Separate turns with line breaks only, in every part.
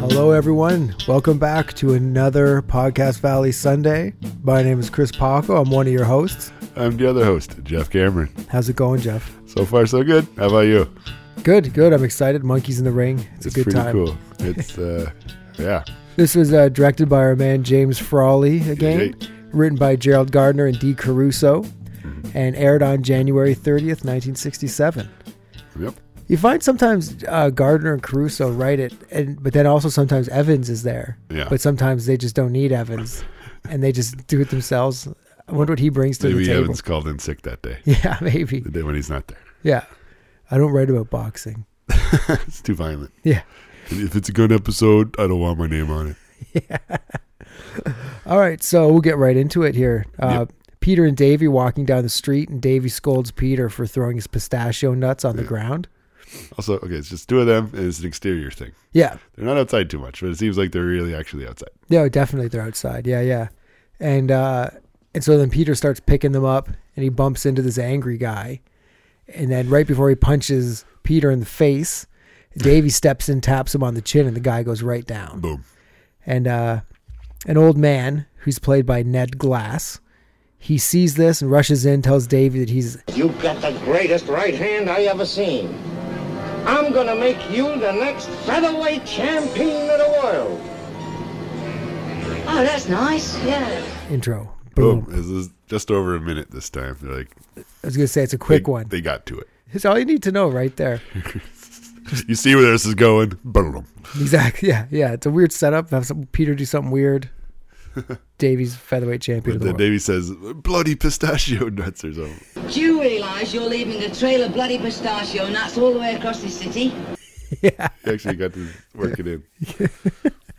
Hello, everyone. Welcome back to another Podcast Valley Sunday. My name is Chris Paco. I'm one of your hosts.
I'm the other host, Jeff Cameron.
How's it going, Jeff?
So far, so good. How about you?
Good, good. I'm excited. Monkeys in the Ring. It's, a good
pretty
time.
cool. It's uh, yeah,
This was uh, directed by our man James Frawley again,
Yay.
written by Gerald Gardner and Dee Caruso, and aired on January 30th, 1967.
yep.
You find sometimes uh, Gardner and Caruso write it, and but then also sometimes Evans is there.
Yeah.
But sometimes they just don't need Evans, and they just do it themselves. I wonder what he brings to the
Maybe
table.
Evans called in sick that day.
Yeah, maybe.
The day when he's not there,
Yeah, I don't write about boxing.
it's too violent.
Yeah.
And if it's a good episode, I don't want my name on it.
All right, so we'll get right into it here. Uh, Peter and Davy walking down the street, and Davy scolds Peter for throwing his pistachio nuts on the ground.
Also, okay, it's just two of them, and it's an exterior thing.
Yeah,
They're not outside too much, but it seems like they're really actually outside.
no, oh, definitely they're outside. Yeah, yeah, and uh, and so then Peter starts picking them up, and he bumps into this angry guy, and then right before he punches Peter in the face, Davy steps in, taps him on the chin, and the guy goes right down.
Boom.
and uh, an old man who's played by Ned Glass. He sees this and rushes in, tells Davy that he's
You've got the greatest right hand I ever seen. I'm gonna make you the next featherweight champion of the world.
Oh, that's nice. Yeah.
intro. Boom.
Boom. This is just over a minute this time. They're like
I was gonna say it's a quick
they,
one.
They got to it.
It's all you need to know right there.
You see where this is going? Boom.
exactly. Yeah, yeah. It's a weird setup. Have some, Peter do something weird. Davy's featherweight champion of the
Then
world.
Davey says, "Bloody pistachio nuts" or something.
Do you realise you're leaving a trail of bloody pistachio nuts all the way across this city?
He actually got to work it in.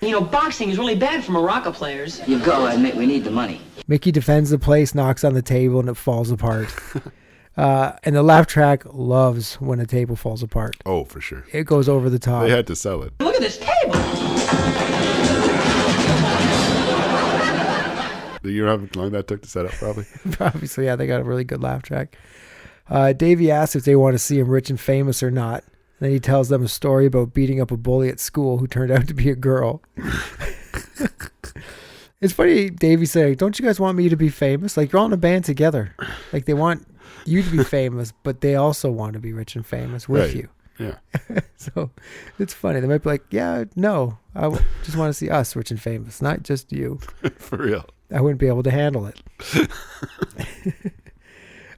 You know, boxing is really bad for Morocco players.
You've got to admit we need the money.
Mickey defends the place, knocks on the table, and it falls apart. uh, and the laugh track loves when a table falls apart.
Oh, for sure.
It goes over the top.
They had to sell it.
Look at this table.
Do you know how long that took to set up? Probably.
Obviously, yeah, they got a really good laugh track. Uh, Davey asks if they want to see him rich and famous or not. Then he tells them a story about beating up a bully at school who turned out to be a girl. it's funny, Davey saying, Don't you guys want me to be famous? Like, you're all in a band together. Like, they want you to be famous, but they also want to be rich and famous with
Right.
you.
Yeah.
So it's funny. They might be like, Yeah, no, I w- just want to see us rich and famous, not just you.
For real.
I wouldn't be able to handle it.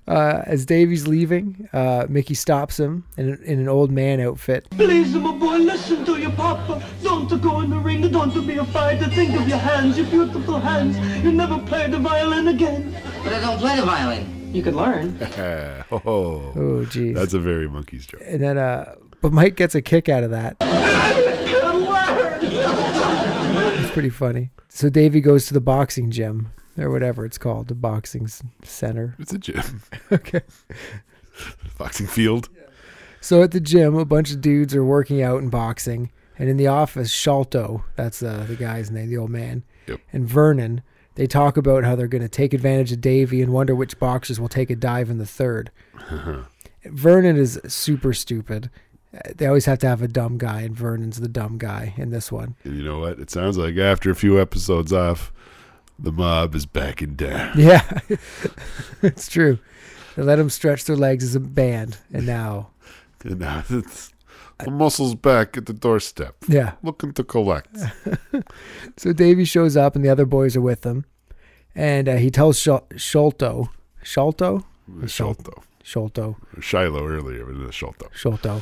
uh, as Davy's leaving, uh, Mickey stops him in, in an old man outfit.
Please, my boy, listen to your papa. Don't go in the ring, don't be afraid to think of your hands, your beautiful hands. You never play the violin again.
But I don't play the violin.
You could learn.
Ah, oh,
Oh, geez.
that's a very monkey's joke.
and then, uh, but Mike gets a kick out of that.
Good word!
It's pretty funny. So Davy goes to the boxing gym or whatever it's called, the boxing s- center.
It's a gym,
Okay.
boxing field.
So at the gym, a bunch of dudes are working out and boxing. And in the office, Shalto, that's uh, the guy's name, the old man,
Yep.
and Vernon, they talk about how they're going to take advantage of Davy and wonder which boxers will take a dive in the 3rd Vernon is super stupid. Uh, They always have to have a dumb guy, and Vernon's the dumb guy in this one.
And you know what? It sounds like after a few episodes off, the mob is backing down.
Yeah, it's true. They let him stretch their legs as a band, and now,
And now it's the muscles back at the doorstep,
yeah.
looking to collect.
So Davy shows up, and the other boys are with him, and uh, he tells Shal- Sholto, Sholto,
Sholto,
Sholto,
Shiloh earlier, but it's Sholto.
Sholto,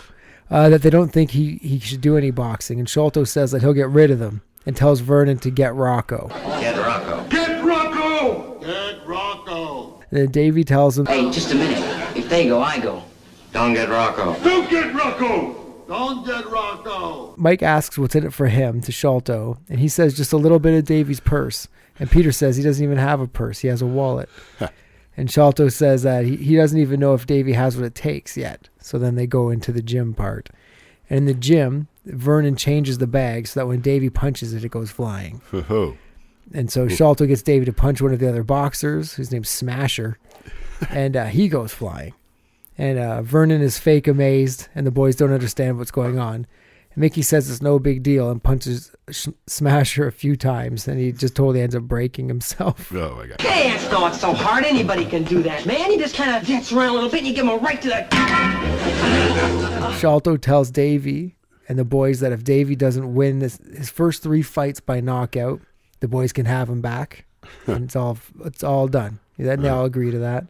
uh, that they don't think he, he should do any boxing. And Sholto says that he'll get rid of them and tells Vernon to get Rocco.
Get Rocco.
Get Rocco! Get Rocco!
And then Davey tells him,
Hey, just a minute. If they go, I go.
Don't get Rocco.
Don't get Rocco! Don't get Rocco!
Mike asks what's in it for him to Sholto, and he says just a little bit of Davey's purse. And Peter says he doesn't even have a purse, he has a wallet. and Sholto says that he, he doesn't even know if Davey has what it takes yet. So then they go into the gym part. And in the gym, Vernon changes the bag so that when Davey punches it, it goes flying.
Ho-ho.
And so Shalto gets Davey to punch one of the other boxers, whose name's Smasher, and uh, he goes flying. And uh, Vernon is fake amazed, and the boys don't understand what's going on. Mickey says it's no big deal and punches Sh- Smasher a few times, and he just totally ends up breaking himself.
Oh my god.
Dance not so hard. Anybody can do that, man. He just kind of gets around a little bit and you give him a right to the.
Shalto tells Davy and the boys that if Davy doesn't win this, his first three fights by knockout, the boys can have him back, and it's all it's all done. Then they all agree to that.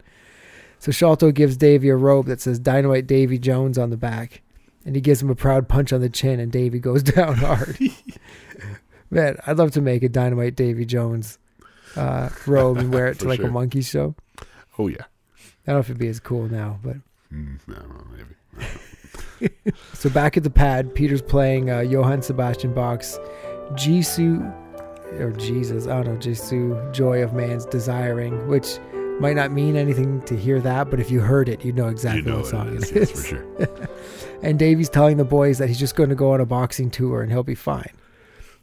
So Shalto gives Davy a robe that says "Dynamite Davy Jones" on the back, and he gives him a proud punch on the chin, and Davy goes down hard. Man, I'd love to make a Dynamite Davy Jones uh, robe and wear it to
For
like
sure.
a monkey show.
Oh yeah.
I don't know if it'd be as cool now, but
Mm, I don't know, maybe.
So back at the pad, Peter's playing uh, Johann Sebastian Bach's Jisoo or Jesus, I don't know, Jisoo, Joy of Man's Desiring, which might not mean anything to hear that, but if you heard it, you'd know exactly
You know
what song
what it is,
it
yes,
is.
for sure.
And Davey's telling the boys that he's just going to go on a boxing tour and he'll be fine.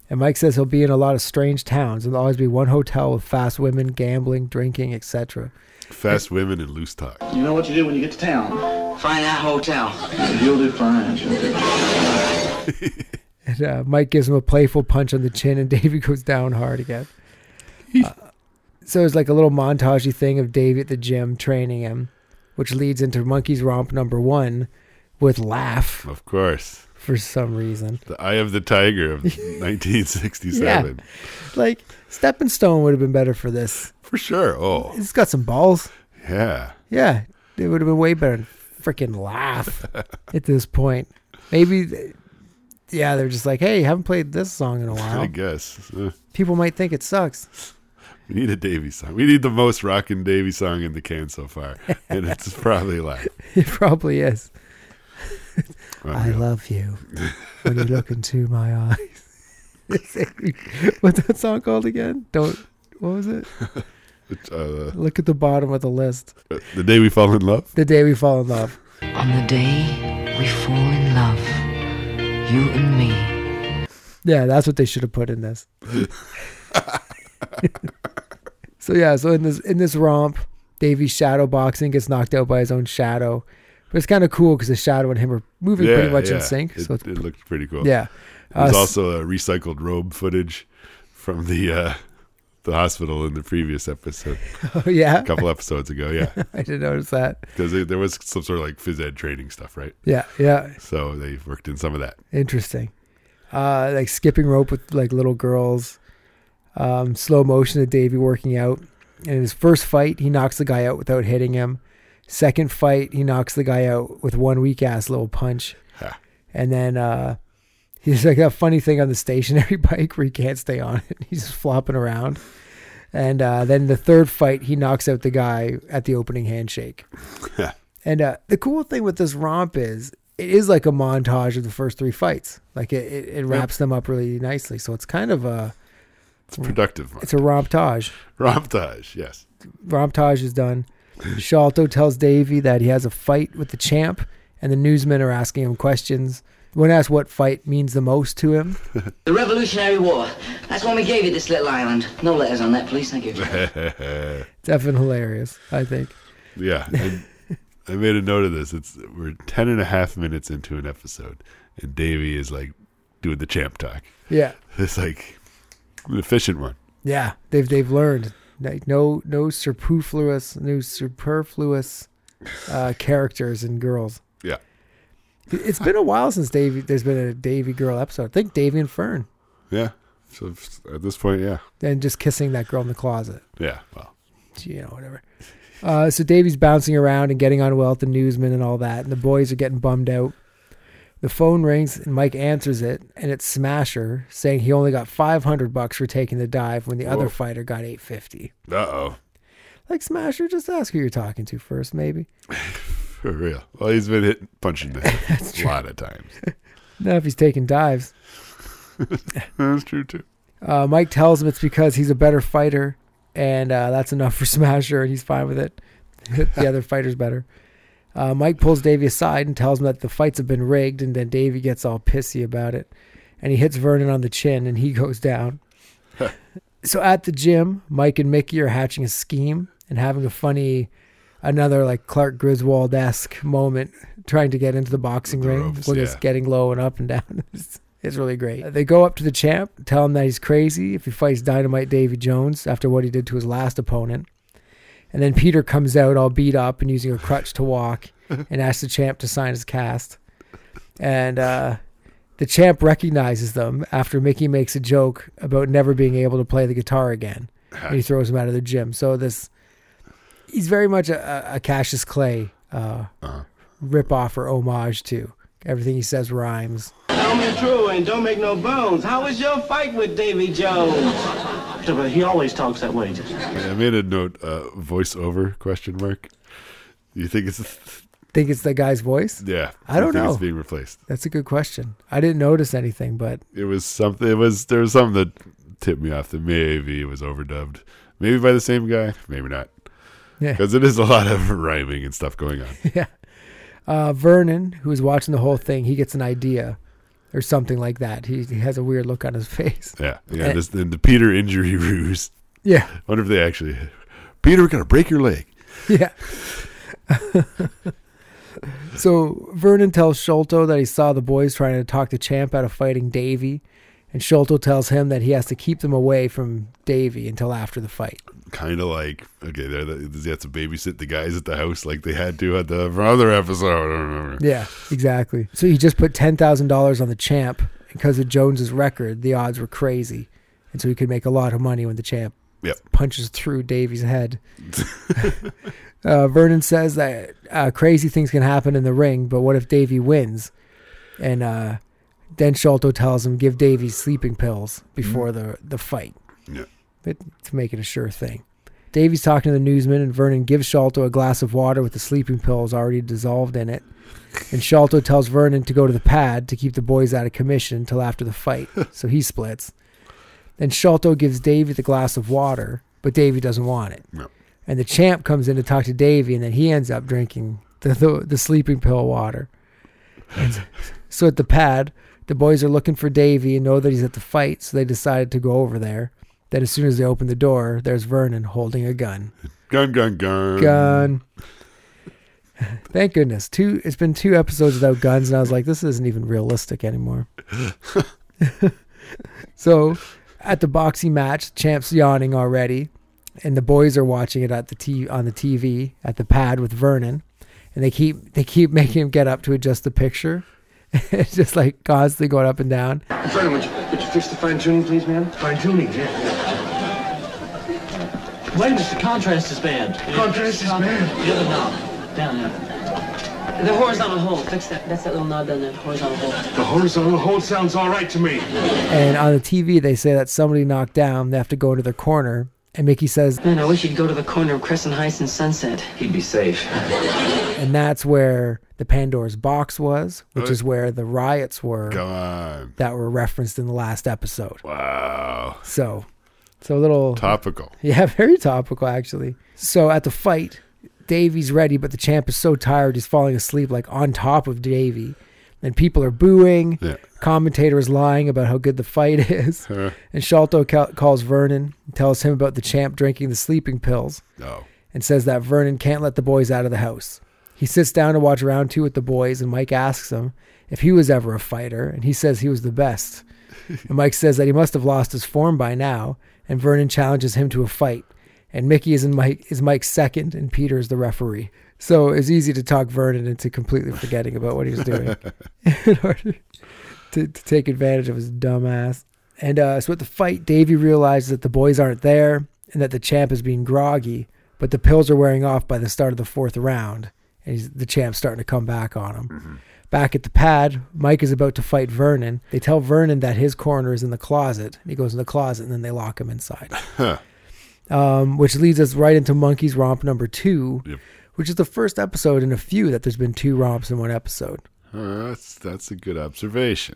And Mike says he'll be in a lot of strange towns and there'll always be one hotel with fast women, gambling, drinking, etc.
Fast women and loose talk.
You know what you do when you get to town?
Find that hotel.
You'll do fine. Joe.
And uh, Mike gives him a playful punch on the chin, and Davey goes down hard again. Uh, so it's like a little montagey thing of Davey at the gym training him, which leads into Monkey's Romp number one with laugh
Of course.
for some reason.
The Eye of the Tiger of 1967.
Like Stepping Stone would have been better for this.
For sure. Oh,
It's got some balls.
yeah.
Yeah, it would have been way better than freaking laugh at this point. Maybe, th- yeah, they're just like, hey, haven't played this song in a
I
while.
guess. Uh,
People might think it sucks.
we need a Davy song. We need the most rockin' Davy song in the can so far. And it's probably like,
It probably is. I
unreal.
love you when you look into my eyes. What's that song called again? Don't. What was it?
Uh,
Look at the bottom of the list.
the Day We Fall in Love.
The day we fall in love.
On the day we fall in love, you and me.
Yeah, that's what they should have put in this. so yeah, so in this in this romp, Davey's shadow boxing gets knocked out by his own shadow, but it's kind of cool because the shadow and him are moving pretty much in sync.
It,
so it's,
it looked pretty cool.
yeah,
There's
Uh,
also a recycled robe footage from the uh, the hospital in the previous episode,
so, yeah.
a couple episodes ago. Yeah,
I didn't notice that.
because there was some sort of like phys ed training stuff, right?
Yeah, yeah.
So they worked in some of that.
Interesting. Uh, like skipping rope with like little girls, um, slow motion of Davey working out. And in his first fight, he knocks the guy out without hitting him. Second fight, he knocks the guy out with one weak ass little punch.
Ha.
And then uh, he's like that funny thing on the stationary bike where he can't stay on it. He's just flopping around. And uh, then the third fight, he knocks out the guy at the opening handshake. And uh, the cool thing with this romp is it is like a montage of the first three fights. Like it, it, it wraps them up really nicely. So it's kind of a
It's productive. Mark.
it's a romptage.
Romptage, yes.
Romptage is done. Shalto tells Davey that he has a fight with the champ, and the newsmen are asking him questions. When asked what fight means the most to him,
The Revolutionary War. That's when we gave you this little island. No letters on that, please. Thank you.
it's effing hilarious. I think.
Yeah. And I made a note of this. It's we're ten and a half minutes into an episode and Davey is like doing the champ talk.
Yeah,
It's like an efficient one.
yeah. They've they've learned like no no superfluous no superfluous uh, characters and girls.
Yeah.
It's been a while since Davy. There's been a Davy girl episode. I think Davy and Fern,
Yeah. So f- at this point, yeah.
and just kissing that girl in the closet.
Yeah. Well.
You know, whatever. Uh, so Davy's bouncing around and getting on well with the newsman and all that, and the boys are getting bummed out. The phone rings and Mike answers it, and it's Smasher saying he only got 500 bucks for taking the dive when the other
Whoa.
fighter got 850.
Uh oh.
Like Smasher, just ask who you're talking to first, maybe.
For real. Well, he's been hitting punching the head a lot of times.
Not if he's taking dives.
That's true too.
Uh, Mike tells him it's because he's a better fighter, and uh, that's enough for Smasher, and he's fine with it. the other fighter's better. Uh, Mike pulls Davey aside and tells him that the fights have been rigged, and then Davey gets all pissy about it, and he hits Vernon on the chin, and he goes down. so at the gym, Mike and Mickey are hatching a scheme and having a funny another like Clark Griswold esque moment trying to get into the boxing
The
ring
ropes,
with
yeah.
just getting low and up and down. It's, it's really great. Uh, They go up to the champ, tell him that he's crazy if he fights Dynamite Davy Jones after what he did to his last opponent. And then Peter comes out all beat up and using a crutch to walk and asks the champ to sign his cast. And uh, the champ recognizes them after Mickey makes a joke about never being able to play the guitar again. And he throws him out of the gym. So this, he's very much a, a- a Cassius Clay uh, rip off or homage to. Everything he says rhymes.
Tell me true and don't make no bones. How was your fight with Davy Jones? He always talks that way.
I made a note. Uh, voiceover question mark. You think it's
Think it's the guy's voice?
yeah?
I don't
you think
know.
It's being replaced.
That's a good question. I didn't notice anything, but
It was something. It was there was something that tipped me off that maybe it was overdubbed. Maybe by the same guy. Maybe not.
Yeah.
Because it is a lot of rhyming and stuff going on.
uh, Vernon, who was watching the whole thing, he gets an idea or something like that. He, he has a weird look on his face.
Yeah, yeah. This and the Peter injury ruse.
Yeah,
Wonder if they actually. Peter, we're gonna break your leg.
yeah. so Vernon tells Sholto that he saw the boys trying to talk the champ out of fighting Davy, and Sholto tells him that he has to keep them away from Davy until after the fight.
Kind of like okay, they're the, they have to babysit the guys at the house like they had to at the other episode. I don't remember.
Yeah, exactly. So he just put ten thousand dollars on the champ because of Jones's record. The odds were crazy, and so he could make a lot of money when the champ
Yep.
punches through Davy's head. uh, Vernon says that uh, crazy things can happen in the ring, but what if Davy wins? And uh, then Sholto tells him give Davy sleeping pills before the the fight
Yeah.
but to make it a sure thing. Davy's talking to the newsman, and Vernon gives Sholto a glass of water with the sleeping pills already dissolved in it. And Sholto tells Vernon to go to the pad to keep the boys out of commission until after the fight, so he splits. Then Sholto gives Davy the glass of water, but Davy doesn't want it.
No.
And the champ comes in to talk to Davy, and then he ends up drinking the, the, the sleeping pill water. And so at the pad, the boys are looking for Davy and know that he's at the fight, so they decided to go over there. Then as soon as they open the door, there's Vernon holding a gun.
Gun, gun, gun.
Gun. Thank goodness. Two it's been two episodes without guns and I was like this isn't even realistic anymore. so at the boxing match, champ's yawning already and the boys are watching it at the t- on the TV at the pad with Vernon and they keep they keep making him get up to adjust the picture. it's just like constantly going up and down.
Vernon, would you, would you fix the fine tuning, please, man?
Fine tuning, yeah.
Wait a minute, the contrast is bad.
Contrast is bad.
The other knob. Down there. The horizontal hole. Fix that. That's that little knob down there. Horizontal hole.
The horizontal hold sounds all right to me.
And on the TV, they say that somebody knocked down. They have to go into their corner. And Mickey says,
Man, I wish you'd go to the corner of Crescent Heights and Sunset.
He'd be safe.
and that's where the Pandora's box was, which
Right.
is where the riots were
Come on.
that were referenced in the last episode.
Wow.
So, so a little,
Topical.
yeah, very topical actually. So at the fight, Davey's ready, but the champ is so tired he's falling asleep like on top of Davey. And people are booing.
Yeah.
Commentator is lying about how good the fight is.
Huh.
And Sholto ca- calls Vernon, and tells him about the champ drinking the sleeping pills,
No.
and says that Vernon can't let the boys out of the house. He sits down to watch round two with the boys, and Mike asks him if he was ever a fighter, and he says he was the best. and Mike says that he must have lost his form by now, and Vernon challenges him to a fight. And Mickey is in Mike is Mike's second, and Peter is the referee. So it's easy to talk Vernon into completely forgetting about what he was doing in order to, to take advantage of his dumbass. And uh, so at the fight, Davey realizes that the boys aren't there and that the champ is being groggy, but the pills are wearing off by the start of the fourth round, and he's, the champ's starting to come back on him. Back at the pad, Mike is about to fight Vernon. They tell Vernon that his corner is in the closet, and he goes in the closet, and then they lock him inside. um, which leads us right into Monkey's Romp number two,
Yep.
which is the first episode in a few that there's been two romps in one episode.
Uh, that's that's a good observation.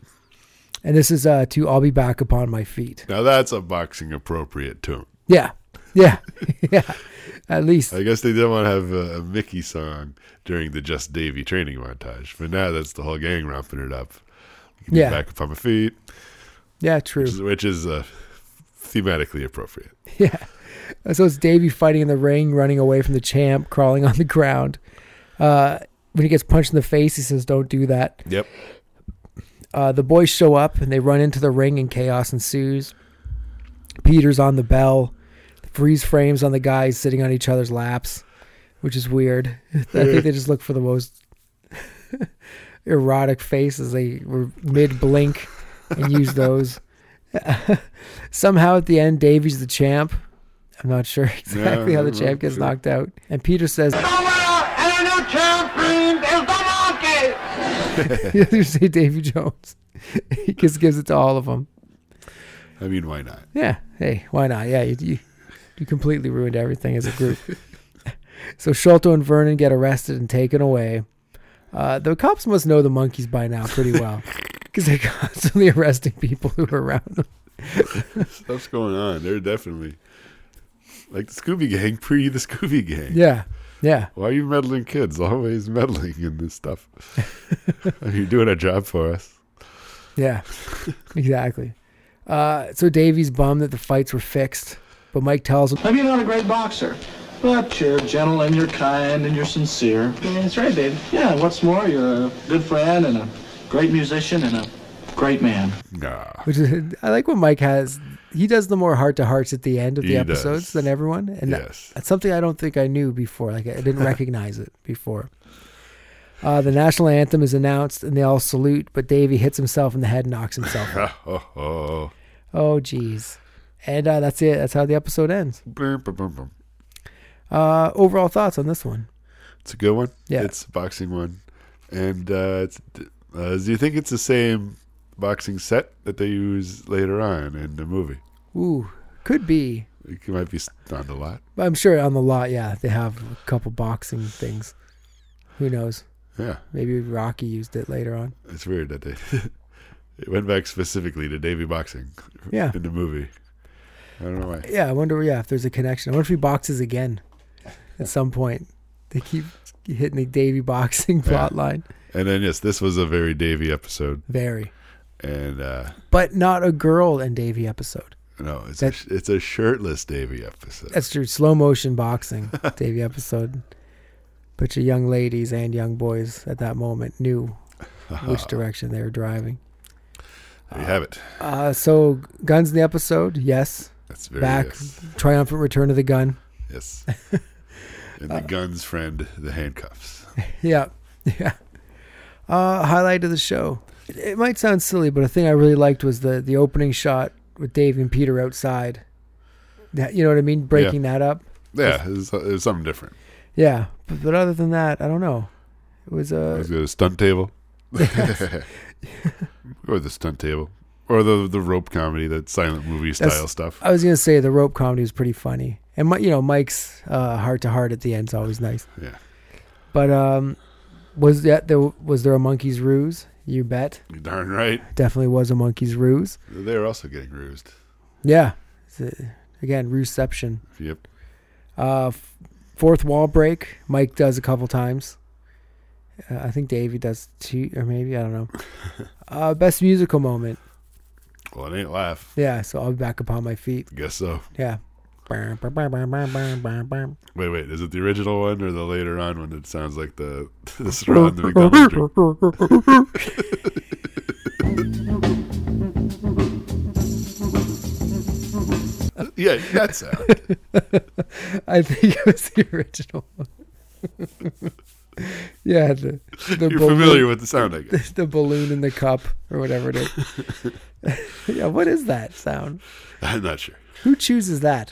And this is uh, to I'll Be Back Upon My Feet.
Now that's a boxing appropriate tune.
Yeah. Yeah. yeah. At least.
I guess they didn't want to have a, a Mickey song during the Just Davy training montage, but now that's the whole gang romping it up. Get me
Yeah.
back up on my feet,
Yeah, true.
which is uh, thematically appropriate.
Yeah. Uh, So it's Davey fighting in the ring, running away from the champ, crawling on the ground. Uh, when he gets punched in the face, he says, "Don't do that."
Yep.
Uh, the boys show up and they run into the ring, and chaos ensues. Peter's on the bell. Freeze frames on the guys sitting on each other's laps, which is weird. I think they just look for the most erotic faces. They were mid blink and use those. Somehow at the end, Davy's the champ. I'm not sure exactly how the
I'm
champ
not
gets
sure.
knocked out. And Peter says, you say Davy Jones. he just gives it to all of them.
I mean, why not?
Yeah. Hey, why not? Yeah, you, you, you completely ruined everything as a group. so Sholto and Vernon get arrested and taken away. Uh, the cops must know the monkeys by now pretty well because they're constantly arresting people who are around them.
Stuff's going on. They're definitely like the Scooby Gang, pre the Scooby Gang.
Yeah. Yeah.
Why are you meddling kids? Always meddling in this stuff. You're doing a job for us.
Yeah, exactly. Uh, so Davy's bummed that the fights were fixed, but Mike tells him,
Maybe you're not a great boxer, but you're gentle and you're kind and you're sincere. I mean, that's right, babe. Yeah, what's more, you're a good friend and a great musician and a great man.
Nah.
which is, I like what Mike has. He does the more heart to hearts at the end of the
He
episodes
does.
than everyone, and that-
Yes.
that's something I don't think I knew before. Like I didn't recognize it before. Uh, the national anthem is announced, and they all salute, but Davy hits himself in the head and knocks himself. out.
Oh, oh.
oh, jeez. And uh, that's it. That's how the episode ends.
Blum, blum, blum, blum.
Uh, overall thoughts on this one?
It's a good one.
Yeah.
It's a boxing one. And uh, it's, uh, do you think it's the same boxing set that they use later on in the movie?
Ooh, could be.
It might be stunned a lot.
I'm sure on the lot, yeah, they have a couple boxing things. Who knows?
Yeah.
Maybe Rocky used it later on.
It's weird that they it went back specifically to Davy boxing
Yeah.
in the movie. I don't know why.
Yeah, I wonder. Yeah, if there's a connection. I wonder if he boxes again at some point. They keep hitting the Davy boxing plot line.
And then yes, this was a very Davy episode,
Very,
and uh,
but not a girl and Davy episode.
no, it's
That-
a, it's a shirtless Davy episode.
That's true. Slow motion boxing Davy episode. But your young ladies and young boys at that moment knew which direction they were driving.
There you have it.
Uh, so guns in the episode, yes.
That's very
Back,
yes.
triumphant return of the gun.
yes. and the
Uh,
guns friend, the handcuffs.
Yeah, yeah. Uh, highlight of the show. It, it might sound silly, but a thing I really liked was the the opening shot with Dave and Peter outside. That you know what I mean, breaking that up.
Yeah, it was, it was something different.
Yeah, but, but other than that, I don't know. It was
It
uh,
was a stunt table, or the stunt table, or the the rope comedy, that silent movie style
That's-
stuff.
I was gonna say the rope comedy was pretty funny, and my, you know Mike's uh, heart to heart at the end's always nice.
yeah,
But um, was that there was there a monkey's ruse? You bet,
You're darn right.
definitely was a monkey's ruse.
They were also getting rused.
Yeah, It's a- again, ruseception.
Yep.
Uh, f- fourth wall break. Mike does a couple times. Uh, I think Davey does two, or maybe I don't know. Uh, best musical moment.
Well, it ain't laugh.
Yeah, so I'll be back upon my feet.
Guess so.
Yeah. Well,
Wait, wait. Is it the original one or the later on one that sounds like the the straw in the McDonald's drink? Yeah, that sound.
I think it was the original. one. yeah, the, the
You're
balloon-
familiar with the sound, I guess.
the balloon in the cup or whatever it is. yeah, what is that sound?
I'm not sure.
Who chooses that?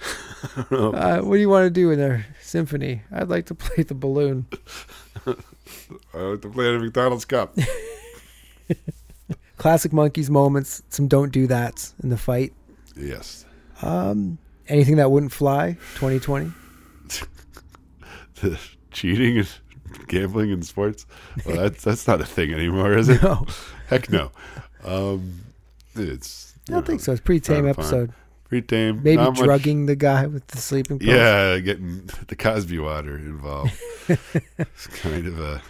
Uh, what do you want to do in a symphony? I'd like to play the balloon.
I
Uh,
like to play in a McDonald's cup.
Classic monkeys moments. Some don't do that in the fight.
Yes.
Anything that wouldn't fly. 2020.
The cheating and gambling in sports. Well, that's that's not a thing anymore, is it?
No.
Heck no. Um, it's.
I don't think so. It's a pretty tame episode.
Pretty tame.
Maybe
Not much-
drugging the guy with the sleeping pills.
Yeah, getting the Cosby water involved. it's kind of a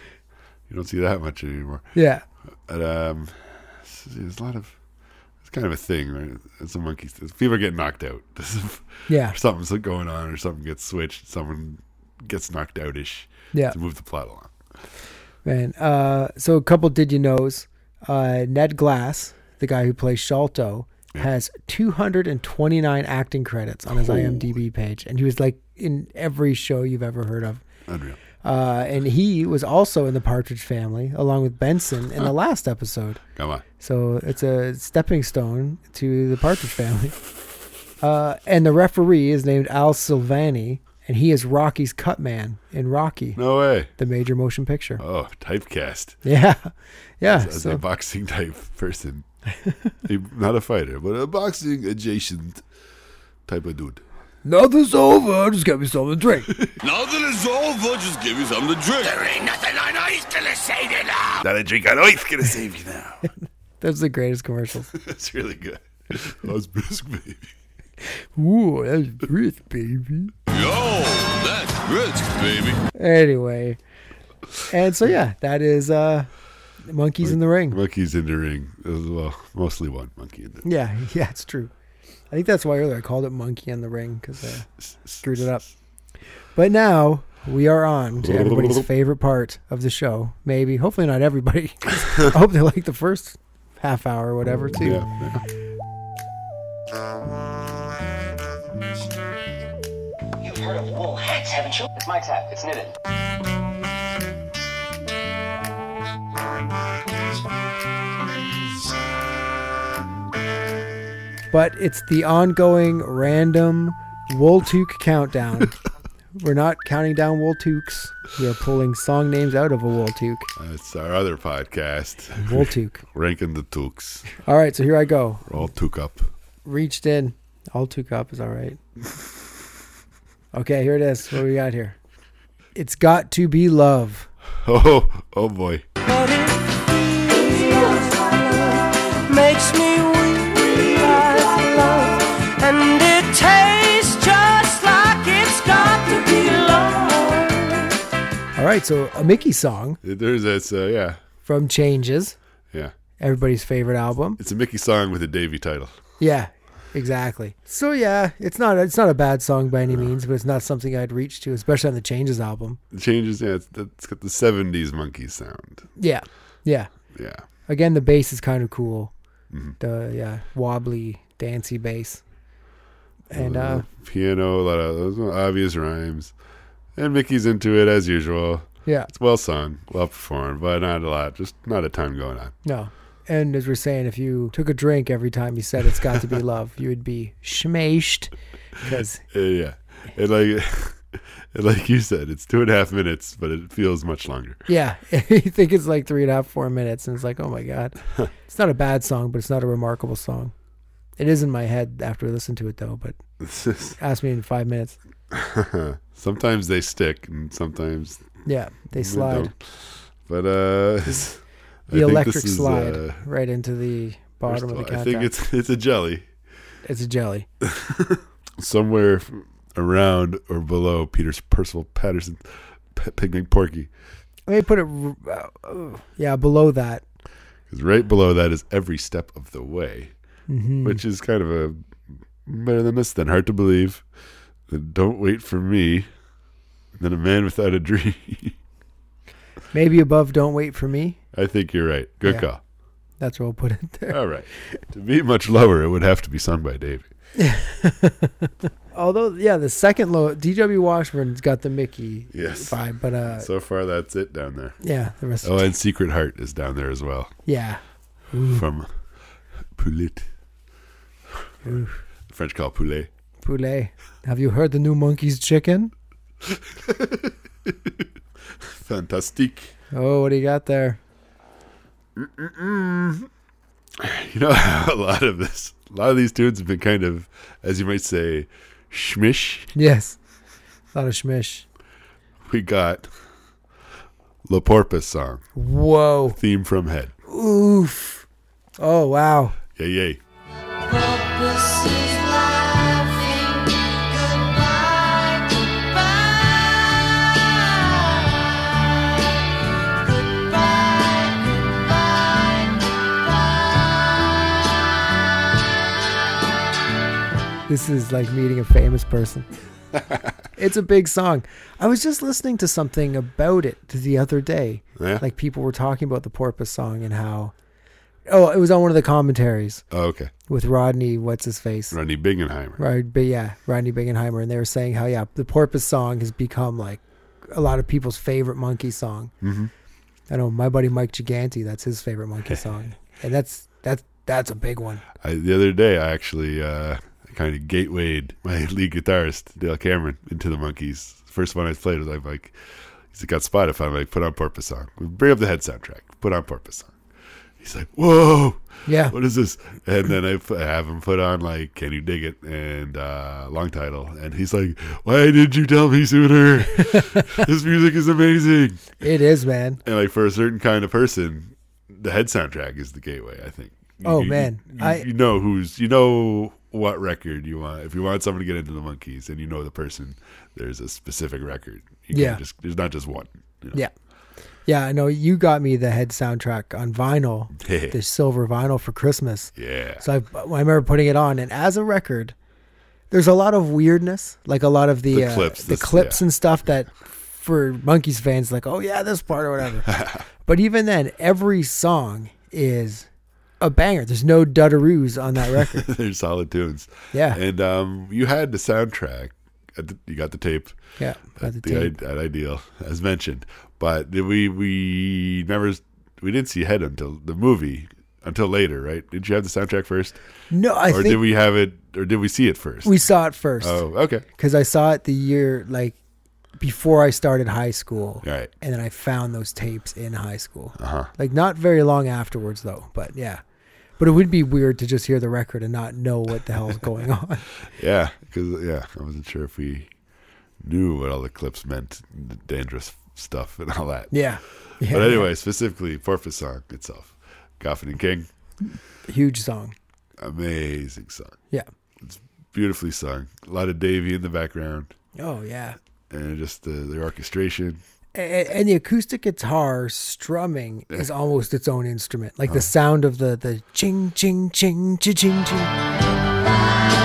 you don't see that much anymore.
Yeah.
But, um, there's a lot of It's kind of a thing, right? It's a monkey. People get knocked out. This is
Yeah.
something's going on, or something gets switched. Someone gets knocked outish.
Yeah.
to move the plot along.
Man, uh, so a couple did you knows? Uh, Ned Glass, the guy who plays Shalto, has 229 acting credits on his IMDb page, and he was like in every show you've ever heard of.
Unreal.
Uh, and he was also in the Partridge Family along with Benson in the last episode.
Come on.
So it's a stepping stone to the Partridge Family. Uh, and the referee is named Al Silvani, and he is Rocky's cut man in Rocky,
No way.
the major motion picture.
Oh, typecast
Yeah, yeah.
as
so-
a boxing type person. A- Not a fighter, but a boxing adjacent type of dude.
Nothing's over. Just get me something to drink.
Nothing is over, just give me something to drink. There ain't nothing on ice gonna save you now.
Not a drink on ice gonna save you now.
Those are the greatest commercials.
That's really good. That was brisk, baby.
Ooh, that's Brits, baby.
Yo, that's rich, baby.
Anyway, and so yeah, that is uh, monkeys in the ring.
Monkey's in the ring as well. Mostly one monkey in the ring.
Yeah, yeah, it's true. I think that's why earlier I called it monkey in the ring because I screwed it up. But now we are on to everybody's favorite part of the show. Maybe, hopefully, not everybody. I hope they like the first half hour or whatever too.
Yeah.
You've heard of wool hats, haven't you?
It's Mike's hat. It's knitted.
but it's the ongoing random Wooltook countdown. We're not counting down Wooltooks. We are pulling song names out of a Wooltook.
That's our other podcast.
Wooltook.
Ranking the tooks.
All right, so here I go.
We're all took up.
Reached in. All took up is all right. Okay, here it is. What do we got here? It's got to be love.
Oh, oh boy.
Makes me realize love, and it tastes just like it's got to be love.
All right, so a Mickey song
There's this, uh, yeah,
from Changes,
yeah.
everybody's favorite album.
It's a Mickey song with a Davy title.
Yeah, exactly. So yeah, it's not it's not a bad song by any means, but it's not something I'd reach to, especially on the Changes album.
It changes. Yeah, it's, it's got the '70s monkey sound.
Yeah, yeah.
Yeah,
Again, the bass is kind of cool. The yeah wobbly, dancey bass, and uh,
piano, a lot of those are obvious rhymes, and Mickey's into it as usual.
yeah,
It's well sung, well performed, but not a lot. Just not a ton going on.
no. And as we're saying, if you took a drink every time you said it's got to be love, you would be schmashed because
Uh, yeah, and like, and like you said, it's two and a half minutes, but it feels much longer.
Yeah, you think it's like three and a half, four minutes, and it's like, oh my god, it's not a bad song, but it's not a remarkable song. It is in my head after I listen to it though. But ask me in five minutes.
sometimes they stick, and sometimes
Yeah, they
they
slide
don't. But uh, I
the
think
electric
this is,
slide
uh,
right into the
first
bottom of the
of all, I
countdown.
think
it's
it's it's a jelly.
a jelly.
somewhere f- around or below Peter's Percival Patterson P- Picnic Porky.
Let me put it. r- uh, uh, Yeah, below that.
Because right below that is Every Step of the Way,
Mm-hmm.
which is kind of a better than this, then Hard to Believe, then Don't Wait for Me, then A Man Without a Dream.
Maybe above. Don't wait for me.
I think you're right. Good
Yeah.
call.
That's where we'll put it there.
All right. to be much lower, it would have to be sung by Davey.
Although, yeah, the second low, D.W. Washburn's got the Mickey
Yes.
vibe, but uh,
So far, that's it down there.
yeah, the rest.
Oh, and Secret Heart is down there as well
yeah,
from Poulet. French call Poulet.
Poulet. Have you heard the new monkey's chicken?
Fantastique.
Oh, what do you got there?
You know, a lot of this, a lot of these tunes have been kind of, as you might say, schmish.
Yes. A lot of schmish.
We got La Porpoise song,
Whoa.
theme from Head.
Oof. Oh, wow.
Yay, yay.
Goodbye, goodbye, goodbye.
This is like meeting a famous person. it's a big song. I was just listening to something about it the other day.
Yeah?
Like people were talking about the Porpoise song and how. Oh, it was on one of the commentaries
Oh, okay.
with Rodney. What's his face?
Rodney Bingenheimer.
Right, but yeah, Rodney Bingenheimer, and they were saying how yeah, the Porpoise song has become like a lot of people's favorite monkey song.
Mm-hmm.
I know my buddy Mike Giganti, that's his favorite monkey song, and that's that's that's a big one.
I, the other day, I actually uh, kind of gatewayed my lead guitarist Dale Cameron into the Monkeys. First one I played was I'm like, he's got Spotify. I'm like, put on Porpoise song. Bring up the head soundtrack. Put on Porpoise song. He's like, whoa,
Yeah.
what is this? And then I, put, I have him put on like, can you dig it? And uh, long title. And he's like, why did you tell me sooner? this music is amazing.
It is, man.
And like for a certain kind of person, the head soundtrack is the gateway. I think.
Oh,
You- you-
man.
you,
I-
you know who's you know what record you want. If you want someone to get into the monkeys, and you know the person, there's a specific record. You can't
Yeah.
just there's not just one. you know.
Yeah. Yeah, I know you got me the head soundtrack on vinyl, the silver vinyl for Christmas.
Yeah.
So I, I remember putting it on, and as a record, there's a lot of weirdness, like a lot of the,
The
uh,
clips,
the
this-
clips
yeah.
and stuff that for monkeys fans, like, oh yeah, this part or whatever. but even then, every song is a banger. There's no dudaroos on that record.
They're solid tunes.
Yeah.
And um, you had the soundtrack. Uh, th- You got the tape.
Yeah, got the
the
tape.
i- at ideal, as mentioned. But the- we we never we didn't see Head until the movie until later, right? Did you have the soundtrack first,
No, I
or
think
did we have it, or did we see it first?
we saw it first.
Oh, okay.
because I saw it the year like before I started high school.
All right.
And then I found those tapes in high school.
Uh-huh.
Like not very long afterwards though, but yeah. But it would be weird to just hear the record and not know what the hell's going on.
Yeah, because yeah, I wasn't sure if we knew what all the clips meant, the dangerous stuff and all that.
Yeah. Yeah.
but anyway, specifically Porpoise song itself, Goffin and King,
Huge song.
amazing song,
Yeah.
beautifully sung. A lot of Davey in the background,
Oh yeah.
and just the, the orchestration.
A- a- And the acoustic guitar strumming is almost its own instrument. Like the sound of the the ching ching ching ching ching ching.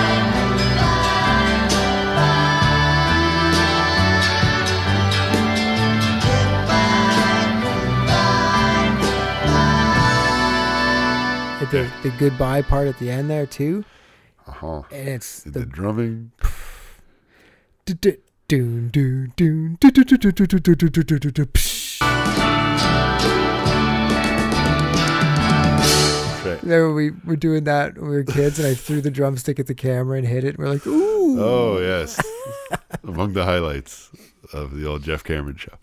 At The, the goodbye part at the end there too,
Uh huh.
and it's
The,
the
drumming.
do do do do do do do do do do do do do do do. psh.
That's right.
Remember we were doing that when we were kids, and I threw the drumstick at the camera and hit it. And we're like, ooh,
Oh yes, among the highlights of the old Jeff Cameron show.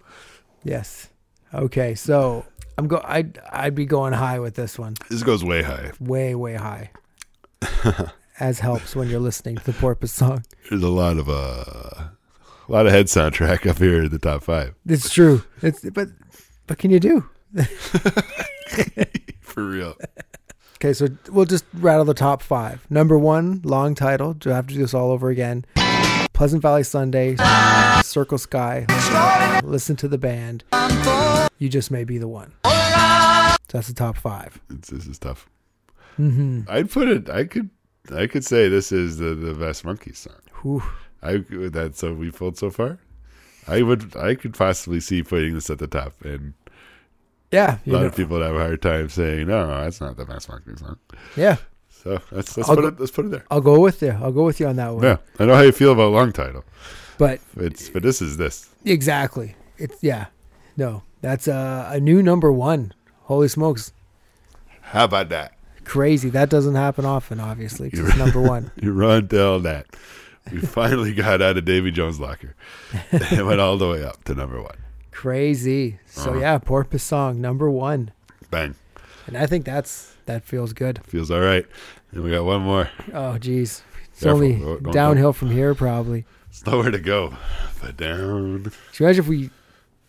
yes. Okay, so I'm go. I'd I'd be going high with this one,
This goes way high.
way way high. As helps when you're listening to the Porpoise song.
There's a lot of uh, a lot of head soundtrack up here in the top five.
It's true. It's but what can you do?
For real.
Okay, so we'll just rattle the top five. Number one, long title. Do I have to do this all over again? Pleasant Valley Sunday, Circle Sky. Listen to the band. You just may be the one. So that's the top five.
It's, this is tough.
Mm-hmm.
I'd put it. I could. I could say this is the the best monkey song.
Whew.
I that's so we pulled so far. I would. I could possibly see putting this at the top, and
Yeah,
a
you
lot
know-
of people would have a hard time saying, "No, that's not the best monkey song."
yeah.
So let's let's
I'll
put
go-
it. Let's put it there.
I'll go with you. I'll go with you on that one.
Yeah, I know how you feel about long title.
But
It's but this is this.
exactly, it's yeah. No, that's uh, a, a new number one. Holy smokes,
How about that?
crazy! That doesn't happen often, obviously. 'cause It's number one.
You run down that. We finally got out of Davy Jones' locker and went all the way up to number one.
Crazy.
Uh-huh.
So yeah, Porpoise song number one,
Bang.
and I think that's that feels good.
Feels all right. And we got one more.
Oh geez, it's
Careful,
only
don't- don't-
downhill from here probably.
It's nowhere to go but down.
Can you imagine if we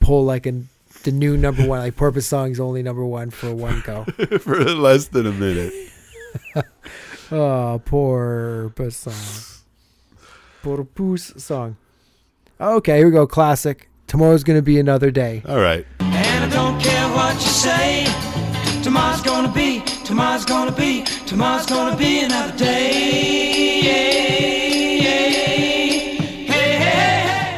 pull like a the new number one, like Porpoise song's only number one for one go.
For less than a minute.
Oh, porpoise song. Porpoise song. Okay, here we go. Classic. Tomorrow's gonna be another day.
All right.
And I don't care what you say. Tomorrow's gonna be, tomorrow's gonna be, tomorrow's gonna be another day.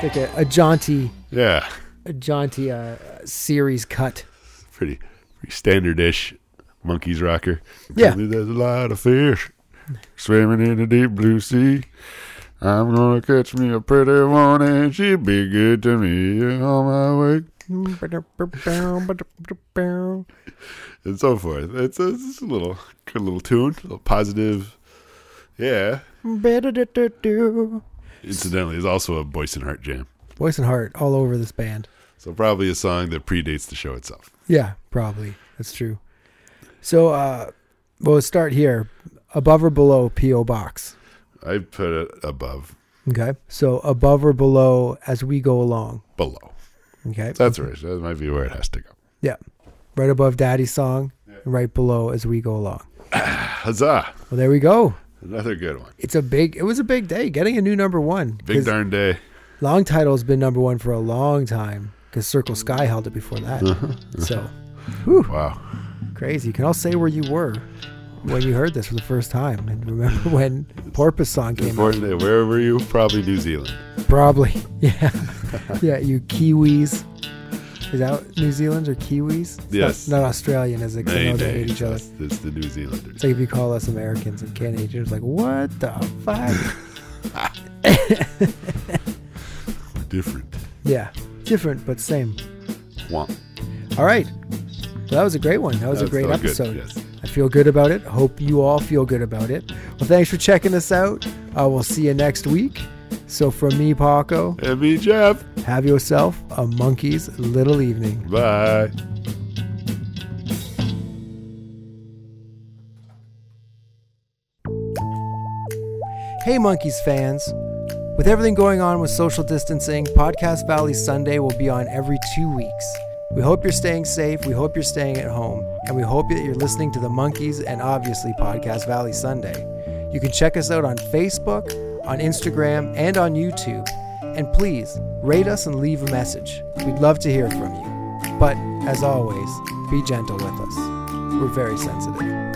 like a, a jaunty,
Yeah,
a jaunty uh, series cut.
pretty, pretty standard ish. Monkeys rocker.
Yeah.
There's a lot of fish swimming in the deep blue sea. I'm gonna catch me a pretty one and she'll be good to me on my way. And so forth. It's a, it's a little good little tune, a little positive. Yeah. Incidentally, it's also a Boyce and Hart jam.
Voice and heart all over this band.
So probably a song that predates the show itself.
Yeah, probably. That's true. So, uh, well, let's start here. Above or below P.O. Box.
I put it above,
Okay. So, above or below as we go along.
below.
Okay.
That's right. That might be where it has to go.
Yeah. Right above Daddy's song, and right below as we go along.
Huzzah!
Well, there we go.
Another good one.
It's a big, it was a big day getting a new number one.
Big
'cause
darn day.
Long title has been number one for a long time because
Mm.
Circle Sky held it before that. so
Wow.
crazy. You can all say where you were when you heard this for the first time and remember when Porpoise song came out.
Important day. Where were you? Probably New Zealand.
Probably. Yeah. yeah, you Kiwis. Is that New Zealand or Kiwis? It's
Yes.
Not, not Australian, is it? 'Cause I
Nay,
know they
nay.
hate each other.
That's, that's the New Zealanders.
It's like if you call us Americans and Canadians, like, what the fuck?
We're different.
yeah. Different, but same.
Womp.
All right. Well, that was a great one. That was
That
a great
felt good,
episode.
yes.
I feel good about it. Hope you all feel good about it. Well, thanks for checking us out. Uh, we'll see you next week. So, from me, Paco,
And me, Jeff.
have yourself a monkey's little evening.
Bye.
Hey, Monkeys fans! With everything going on with social distancing, Podcast Valley Sunday will be on every two weeks. We hope you're staying safe, we hope you're staying at home, and we hope that you're listening to the Monkeys and obviously Podcast Valley Sunday. You can check us out on Facebook, on Instagram, and on YouTube. And please rate us and leave a message. We'd love to hear from you. But as always, be gentle with us. We're very sensitive.